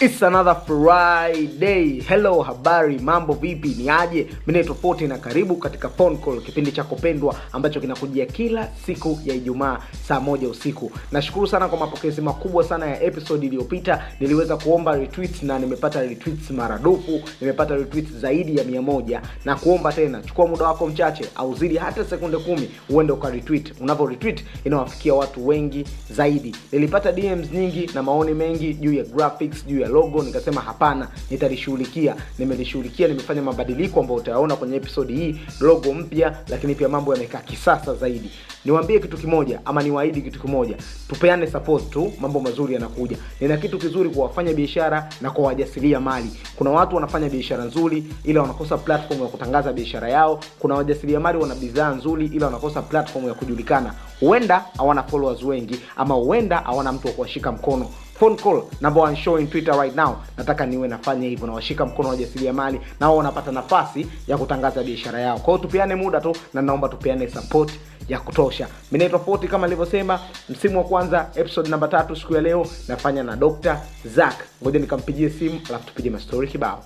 It's another Friday. Hello, habari, mambo vipi, ni aje? Mimi naitwa Forte na karibu katika phone call, kipindi chako pendwa ambacho kinakujia kila siku ya Ijumaa saa moja usiku. Nashukuru sana kwa mapokezi makubwa sana ya episode iliyopita. Niliweza kuomba retweets na nimepata retweets maradufu, nimepata retweets zaidi ya mia moja na kuomba tena, chukua muda wako mchache au zidi hata sekunde kumi uende uka retweet. Unavyo retweet inawafikia watu wengi zaidi. Nilipata DMs nyingi na maoni mengi juu ya graphics, juu ya logo nikasema hapana nitalishughulikia nimelishughulikia nimefanya mabadiliko ambayo utayaona kwenye episodi hii logo mpya lakini pia mambo yamekaa kisasa zaidi niwaambie kitu kimoja ama niwaahidi kitu kimoja tupeane support tu mambo mazuri yanakuja nina kitu kizuri kwa wafanya biashara na kwa wajasilia mali kuna watu wanafanya biashara nzuri ila wanakosa platform ya kutangaza biashara yao kuna wajasilia mali wana bidhaa nzuri ila wanakosa platform ya kujulikana huenda hawana followers wengi ama huenda hawana mtu wa kuwashika mkono phone call number one show in twitter right now nataka niwe nafanya hivyo nawashika mkono wajasiriamali na wao wanapata nafasi ya kutangaza biashara yao kwao tupeane muda tu na naomba tupeane support ya kutosha minaitwa foti kama nilivyosema msimu wa kwanza episode namba tatu siku ya leo nafanya na dr zak ngoja nikampigie simu alafu tupige mastori kibao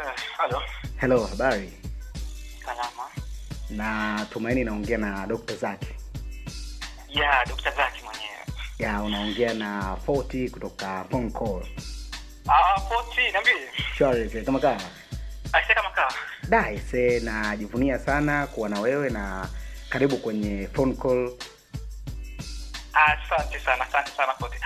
Eh, Halo, hello habari salama. na tumaini naongea na dr zak Ya, Dr. Zaki mwenyewe. ya unaongea na foti kutoka phone call Ah, Poti, niambie. Charles, kama kaa Aisha kama kaa. daise najivunia sana kuwa na wewe na karibu kwenye phone call Ah, Asante sana, asante sana Poti.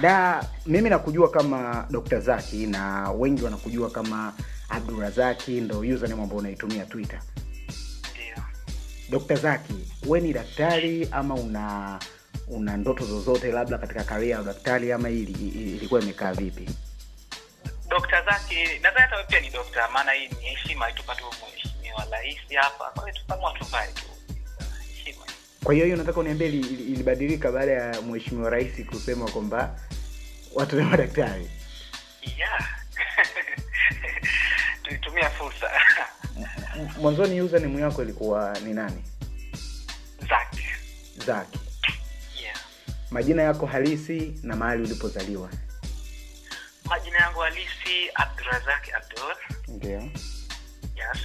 da mimi nakujua kama dr zaki na wengi wanakujua kama abdurazaki ndo username ambao unaitumia twitter Ndio. dr zaki we ni daktari ama una una ndoto zozote labda katika karia ya udaktari ama ili- ili- ilikuwa imekaa vipi Dr. Zaki, nadhani hata wewe pia ni dokta, maana hii ni heshima alitupa tu mheshimiwa rais hapa. Kwa hiyo tukamua tuvae tu. Heshima. kwa hiyo hiyo nataka uniambie ili- ili- ilibadilika baada ya mheshimiwa rais kusema kwamba watu ni madaktari Ya. Tulitumia fursa. M- mwanzoni username yako ilikuwa ni nani Zaki. zaki Yeah. majina yako halisi na mahali ulipozaliwa Majina yangu halisi Abdurazaki Abdul. ndio Yes.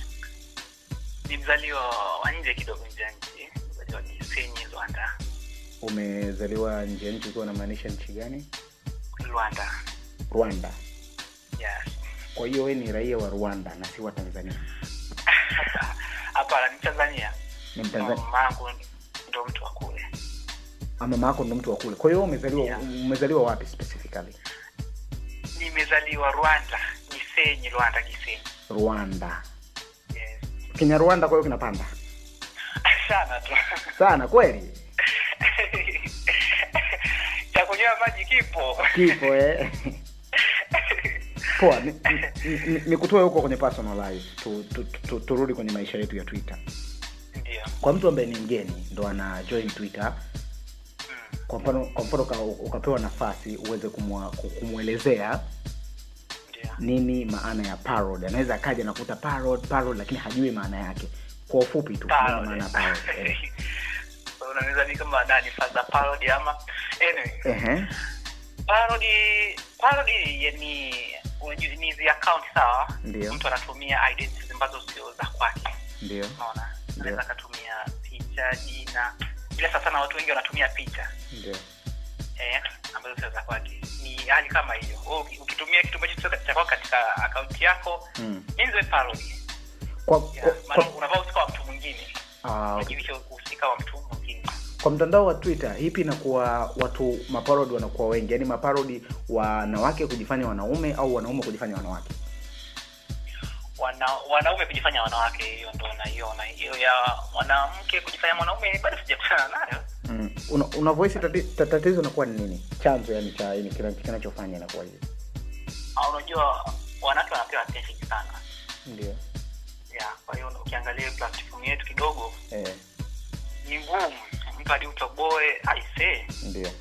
Ni mzaliwa wa nje kidogo nje ya nchi, mzaliwa Gisenyi, Rwanda. umezaliwa nje ya nchi ukiwa unamaanisha nchi gani Rwanda. rwanda Yes. kwa hiyo we ni raia wa rwanda na si wa tanzania Hapana, ni Tanzania. ni Na mtanzania Ah, Mama yangu ndo mtu wa kule. mama yako ndo mtu wa kule kwa hiyo umezaliwa Yeah. umezaliwa wapi specifically Nimezaliwa Rwanda, Gisenyi, Rwanda, Gisenyi. rwanda Yes. kenya rwanda kwa hiyo kinapanda Sana tu. sana kweli Cha kunywa maji kipo. kipo eh. poa ni- ni- ni- nikutoe huko kwenye personal life tu, tu, tu, turudi kwenye maisha yetu ya twitter Ndio. kwa mtu ambaye ni mgeni ndo ana join twitter Mm. kwa mfano kwa mfano ka- ukapewa nafasi uweze kumwa- ku- kumwelezea Ndio. nini maana ya parod anaweza akaja nakuta parod parod lakini hajui maana yake kwa ufupi tu nini maana ya parod eh. Parody. Unaweza ni kama nani faza parody ama anyway. Ehe. parody parody ya- ni unajua ni hizi account sawa Ndio. mtu anatumia identities ambazo sio za kwake ndio unaona Ndio. anaweza akatumia picha jina ila sasa sana watu wengi wanatumia picha ndio eh, ambazo sio za kwake ni hali kama hiyo Wewe uki- ukitumia kitu ambacho sio cha kwako katika akaunti yako Mm. inzwe parody kwa, kwa, yeah. maana kwa, unavaa usika wa mtu mwingine ah, okay. unajivisha usika wa mtu mwingine kwa mtandao wa twitter hipi inakuwa watu maparodi wanakuwa wengi yaani maparodi wanawake kujifanya wanaume au wanaume kujifanya wanawake wana, wanaume kujifanya wanawake hiyo ndo naiona hiyo ya mwanamke kujifanya mwanaume bado sijakutana nayo mm. una, una voice tati, ta- tatizo inakuwa ni nini chanzo yani cha yani kina- kinachofanya inakuwa hivi Ah, unajua wanawake wanapewa attention sana ndio yeah, kwa hiyo ukiangalia hiyo platform yetu kidogo eh, ni ngumu mtu hadi utoboe aisee ndio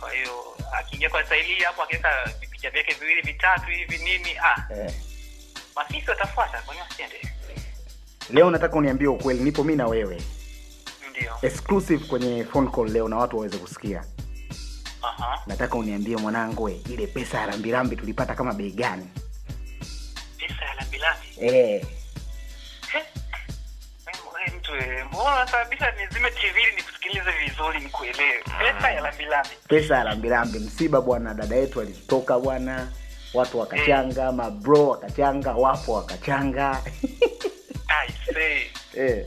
kwa hiyo akiingia kwa sahili hapo akiweka vipicha vyake viwili vitatu hivi nini ah eh. masisi watafuata kwani wasiende leo nataka uniambie ukweli nipo mi na wewe ndio exclusive kwenye phone call leo na watu waweze kusikia aha nataka uniambie mwanangu we, ile pesa ya rambirambi tulipata kama bei gani pesa ya lambilambi eh, Eh, eh, mtu eh, mbona kabisa nizime tv nikusikilize vizuri nikuelewe pesa ya lambilambi pesa ya rambirambi msiba bwana dada yetu alitoka bwana watu wakachanga mabro wakachanga wapo wakachanga I say eh.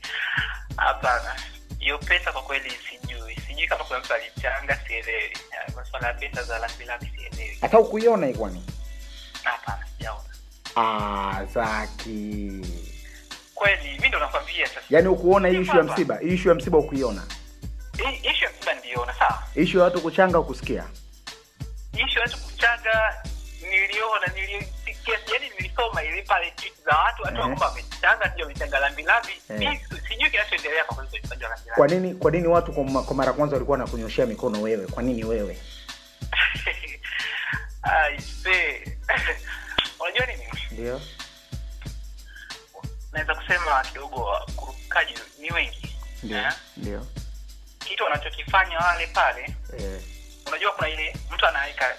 hapana hiyo pesa kwa kweli sijui sijui kama kuna mtu alichanga sielewi Eh, masuala ya pesa za lambilambi sielewi hata ukuiona hii kwani hapana sijaona Ah, zaki kweli mi ndo nakwambia sasa yaani ukuona hii Ni ishu ya kwamba- msiba hii ishu ya msiba ukuiona Hii- hii ishu ya msiba niliona sawa ishu ya watu kuchanga ukusikia ishu ya watu kuchanga niliona nilisikia yani nilisoma ile pale tweet za watu watu Eh. wakuwa wamechanga sijui wamechanga lambilambi Eh. Mi si- sijui kinachoendelea kwa kweli kwenye upande wa kwa lambilambi nini kwa nini watu kwa ma- kwa mara ya kwanza walikuwa wanakunyoshea mikono wewe kwa nini wewe I say. unajua nini ndio naweza kusema kidogo wakurupukaji ni wengi ndio Eh? ndio kitu wanachokifanya wale pale Eh, unajua kuna ile mtu anaweka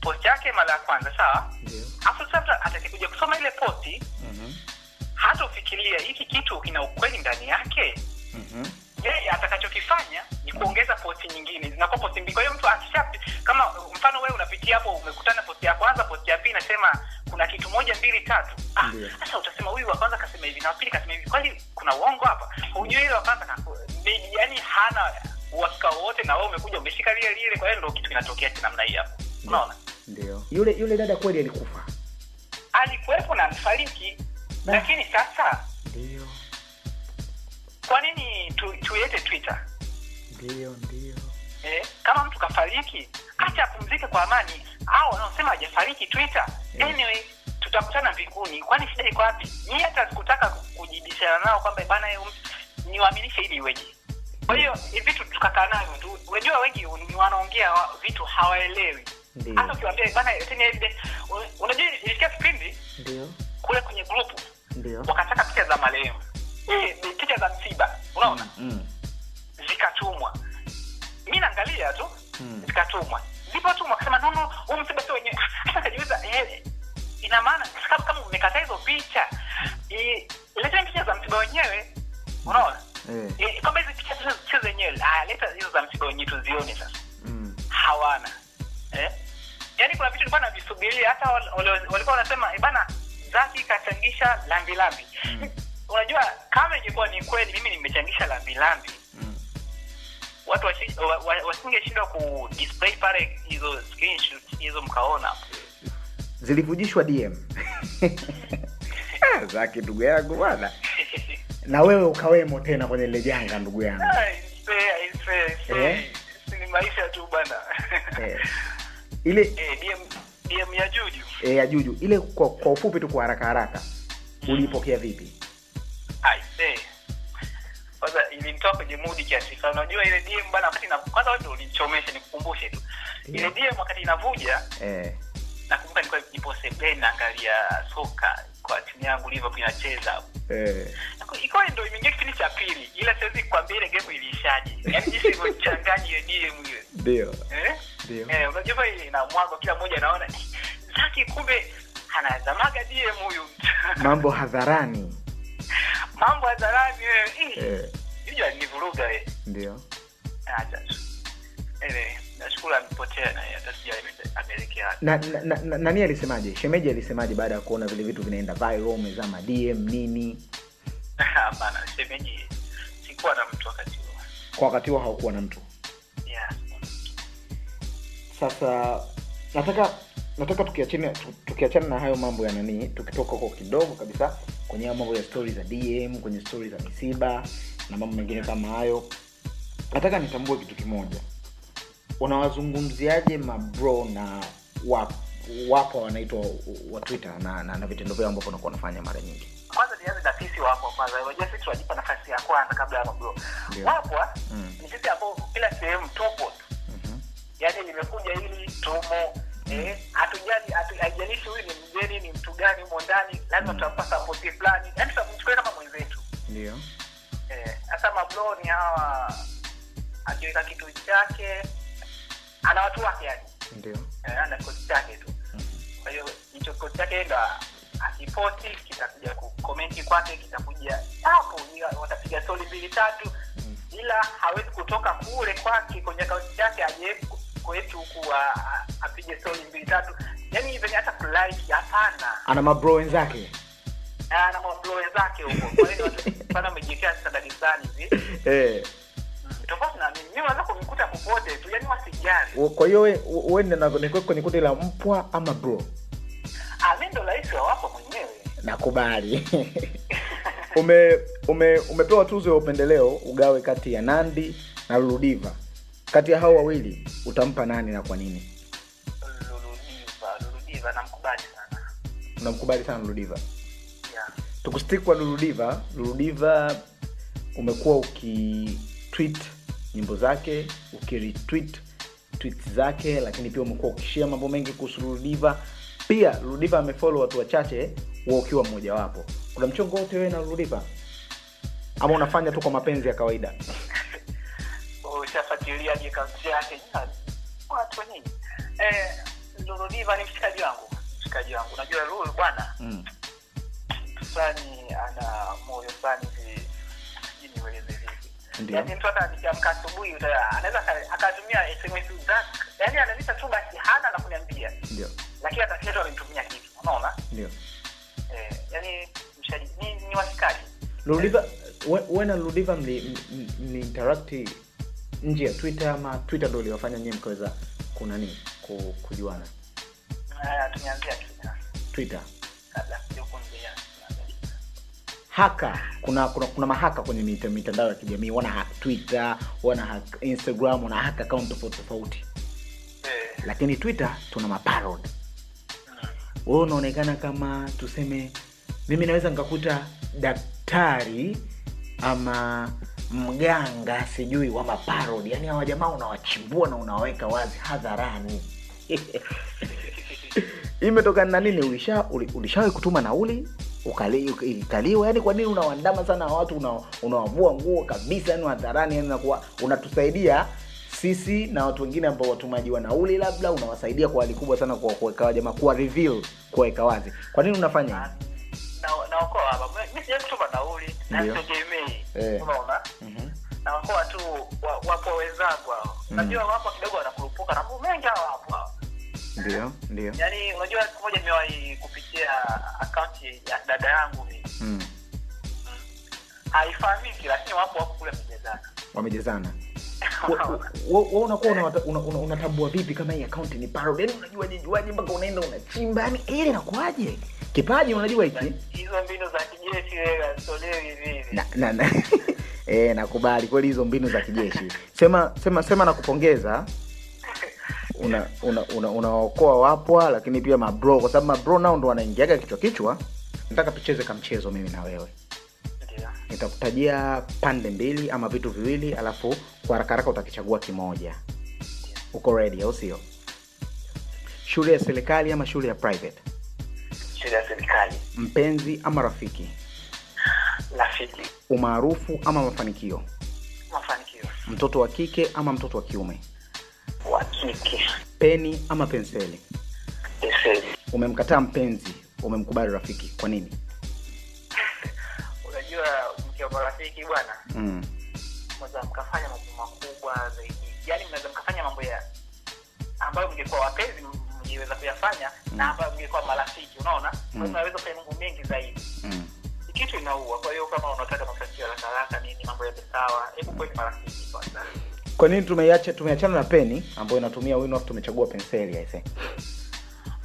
post yake mara ya kwanza sawa ndio afu sasa mtu atakikuja kusoma ile posti Mhm, hatofikiria hiki kitu kina ukweli ndani yake mhm. yeye atakachokifanya ni kuongeza posti nyingine zinakuwa posti mbili kwa hiyo mtu akisha kama mfano wewe unapitia hapo umekutana posti ya kwanza posti ya pili inasema kuna kitu moja mbili tatu Ah, Ndiyo. sasa utasema huyu wa kwanza kasema hivi na wa pili kasema hivi kwani kuna uongo hapa hujui ile wa kwanza na- ni- yaani hana uhakika wowote na wewe umekuja umeshika lile lile kwa hiyo ndo kitu kinatokea tu namna hii hapo unaona ndio yule yule dada kweli alikufa alikuwepo na mfariki Na- lakini sasa ndio kwa nini tu, tuilete twitter ndio ndio eh, kama mtu kafariki acha apumzike kwa amani au wanaosema hajafariki twitter Yeah. anyway tutakutana mbinguni kwani shida iko wapi mi hata sikutaka kujibishana nao kwamba bana eh, um- niwaaminishe ili iweje kwa hiyo eh, vitu tukakaa navyo tu unajua wengi ni wanaongea wa- vitu hawaelewi hata ndio ukiwambia bana eh, tena evidence un- unajua ilisikia kipindi ndio kule kwenye grupu ndio wakataka picha za marehemu Eh, eh, picha za msiba unaona Mm, zikatumwa mi naangalia tu mm. zikatumwa zilipotumwa kasema nono huu msiba sio wenyewe hata kajiuliza eh, ina maana kama- kama mmekataa hizo picha eh, leteni picha za msiba wenyewe unaona Eh, Eh, kwamba hizi picha sio- sio zenyewe Ah, leta hizo za msiba wenyewe tuzione sasa mm. hawana eh? yaani kuna vitu nilikuwa navisubiria hata wal- wale- walikuwa wanasema "Eh, bana zaki ikachangisha lambilambi Mm. unajua kama ingekuwa ni kweli mimi nimechangisha lambilambi Mm. watu washi- wa- wa- wasingeshindwa ku display pale hizo screenshots hizo mkaona zilivujishwa dm Ah, zaki ndugu yangu bwana na wewe ukawemo tena kwenye lile janga ndugu yangu Ai, see, ai, see, see. Eh? Si ni maisha tu bana eh. ile Eh, DM DM ya juju eh, ya juju ile kwa, kwa ufupi tu kwa haraka haraka uliipokea vipi I say. kwanza ilimtoa kwenye mudi kiasi fulani unajua ile dm bana wakati ina- kwanza wewe ndio ulichomesha nikukumbushe tu ile Yeah. dm wakati inavuja eh, nakumbuka nilikuwa nipo sebeni naangalia soka kwa timu yangu liverpool inacheza hapo eh, ikawa ndo imeingia kipindi cha pili ila siwezi kuambia ile game iliishaje yaani jinsi ilivyochanganya hiyo dm hiyo ndio eh ndio eh unajua ile inamwagwa kila mmoja anaona "Eh, zaki kumbe anazamaga dm huyu mambo hadharani mambo hadharani wewe Eh, eh, yule alinivuruga wewe Ah, ndio acha tu ile nashukuru amepotea na yeye hata sija ameelekea wapi. na, na, na, na nani alisemaje shemeji alisemaje baada ya kuona vile vitu vinaenda viral umezama dm nini hapana shemeji sikuwa na mtu wakati huo kwa wakati huo haukuwa na mtu yeah sasa nataka nataka tukiachana tu- tukiachana na hayo mambo ya nanii tukitoka huko kidogo kabisa kwenye hayo mambo ya stori za dm kwenye stori za misiba na mambo mengine kama hayo nataka nitambue kitu kimoja unawazungumziaje mabro na wa- wapo wanaitwa wa twitter na, na, na vitendo vyao ambavyo unakuwa unafanya mara nyingi kwanza nianze na sisi wapo kwanza unajua sisi tunajipa nafasi ya kwanza kabla ya mabro ah. Ndio. wapwa Mm. ni sisi ambao kila sehemu tupo tu Mhm. yaani limekuja hili tumo eh, hatujali hatu- haijalishi huyu ni mgeni ni mtu gani humo ndani lazima tutampa sapoti fulani yaani tutamchukulia kama sabloni hawa akiweka kitu chake ana watu wake yani ndio Eh, ana kikosi chake tu kwa hiyo hicho kikosi chake ndo akiposti kitakuja kukomenti kwake kitakuja hapo ila watapiga stori mbili tatu Mm. ila hawezi kutoka kule kwake kwenye akaunti chake aje ku- kwetu huku a- a- apige stori mbili tatu yani venye hata kulike hapana ana mabro wenzake Ah, na mablo wenzake huko kwa hiyo pana amejiwekea standadi fulani hivi eh. Mm, tofauti na mimi mi wanza kumkuta popote tu yaani yani wasijali Wo- kwa hiyo we- we nina- niko kwenye kundi la mpwa ama bro Ah, mi ndo rahisi wa wapo mwenyewe nakubali ume, ume umepewa tuzo ya upendeleo ugawe kati ya nandi na luludiva kati ya hao wawili utampa nani na kwa nini Luludiva, Luludiva namkubali sana. unamkubali sana luludiva Yeah. tukustik kwa luludiva luludiva umekuwa ukitwit nyimbo zake ukiretweet tweet zake lakini pia umekuwa ukishia mambo mengi kuhusu luludiva pia luludiva amefolo watu wachache wa ukiwa mmojawapo kuna mchongo wote wewe na luludiva ama unafanya tu kwa mapenzi ya kawaida Ushafuatiliaje kazi yake? Ah, Watu wenyewe. Eh, Luludiva ni mshikaji wangu. Mshikaji wangu. Unajua Lulu bwana, mm. mtu fulani ana moyo fulani hivi. Sijui nieleze vipi. Ndio. Yaani mtu hata akiamka asubuhi uta- anaweza aka- akatumia SMS zake. Yaani ananipa tu basi hana na kuniambia. ndio Lakini atakesho amenitumia kitu. Unaona? ndio Eh, yaani mshikaji ni, ni washikaji. luludiva we, we na luludiva mli, mli, mli interacti nje ya twitter ama twitter ndo uliwafanya nyie mkaweza kunani ku- kujuana Haya, tumeanzia Twitter. twitter Kabla sijakuambia, tumeanzia Twitter. haka kuna kuna, kuna mahaka kwenye mita- mitandao ya kijamii wana hack twitter wana hack instagram wana hack account tofauti tofauti Eh, lakini twitter tuna maparod mm, wewe unaonekana kama tuseme mimi naweza nikakuta daktari ama mganga sijui wa maparod yani hawa jamaa unawachimbua na unawaweka wazi hadharani imetokana na nini ulisha uli- ulishawahi kutuma nauli ukali- uka- ikaliwa yani kwa nini unawandama sana watu una- unawavua nguo kabisa yani hadharani yani unakuwa unatusaidia sisi na watu wengine ambao watumaji wa nauli labda unawasaidia kwa hali kubwa sana kwa kuweka wa jamaa kuwa reveal kuwaweka wazi kwa nini unafanya hivi? na- naokoa hapa. Mi- mi sijawahi kutupa nauli na Ndio. sitegemei. Eh. Unaona? Mhm. Naokoa tu wa- wapo wenzangu hao. Unajua wapo kidogo wanakurupuka na mambo mengi hao wapo hao. ndio ndio Yaani unajua siku moja nimewahi kupitia akaunti ya dada yangu mimi. mm. Haifahamiki lakini wapo wapo kule mjezana. wamejezana wa unakuwa unawata- una- una- unatambua vipi kama hii akaunti ni parod yani unajua jijuaje mpaka unaenda unachimba yani ile inakuaje kipaji unajua hiki Hizo mbinu za kijeshi wewe hazitolewi hivi hivi. na, na, na. e, nakubali kweli hizo mbinu za kijeshi sema sema sema nakupongeza unaokoa una, una, unawaokoa wapwa lakini pia mabro kwa sababu mabro nao ndo wanaingiaga kichwa kichwa nataka tucheze kamchezo mimi na wewe Ndio. nitakutajia pande mbili ama vitu viwili alafu kwa haraka haraka utakichagua kimoja uko ready au sio shule ya serikali ama shule ya private shule ya serikali mpenzi ama rafiki rafiki umaarufu ama mafanikio mafanikio mtoto wa kike ama mtoto wa kiume wa kike peni ama penseli eseli umemkataa mpenzi umemkubali rafiki kwa nini unajua mkiwa marafiki bwana mm. mnaweza mkafanya mambo makubwa zaidi yaani mnaweza mkafanya mambo ya ambayo mngekuwa wapenzi mngeweza kuyafanya na ambayo mngekuwa marafiki unaona mm. Mm. unaweza kufanya mambo mengi zaidi Mm. Ni kitu inaua kwa hiyo kama unataka mafanikio haraka haraka nini mambo yawe sawa hebu kweni marafiki kwanza kwa nini tumeiacha tumeachana na peni ambayo inatumia wino afu tumechagua penseli I think.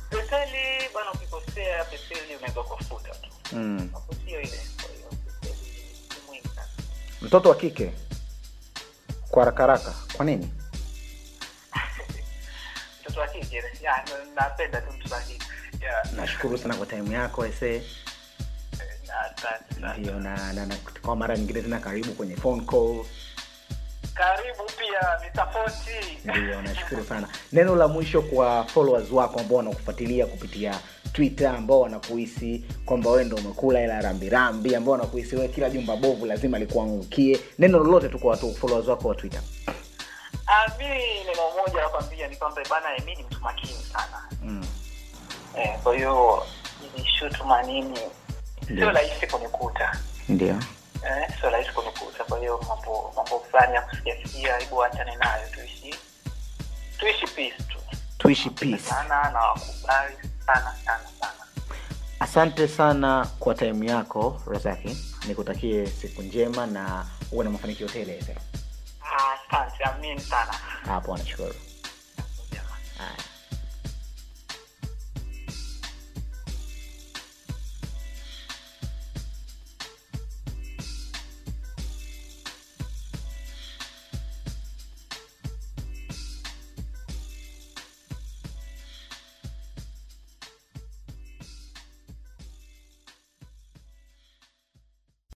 peseli bwana ukikosea peseli unaweza ukafuta tu mm. mafutio ile kwa hiyo peseli ni muhimu sana mtoto wa kike kwa haraka haraka kwa nini mtoto wa kike ya, na- napenda tu mtoto wa kike Ya, nashukuru sana kwa time yako ese na- asante sana. ndio na, na, na kwa mara nyingine tena karibu kwenye phone call karibu pia nisapoti ndio nashukuru sana neno la mwisho kwa followers wako ambao wanakufuatilia kupitia twitter ambao wanakuhisi kwamba wewe ndo umekula ila rambirambi ambao wanakuhisi wewe kila jumba bovu lazima likuangukie neno lolote tu kwa watu followers wako wa twitter Ah, mi neno moja la kwambia ni kwamba bana mi ni mtu makini sana mm. eh, kwa hiyo ni shutuma nini sio Ndio. rahisi kunikuta ndio eh, sio rahisi kunikuta kwa hiyo mambo mambo fulani ya kusikiasikia hebu achane nayo tuishi tuishi peace tu tuishi peace sana na wakubali sana sana sana asante sana kwa time yako razaki nikutakie siku njema na uwe na mafanikio tele Ah, asante amini sana hapo nashukuru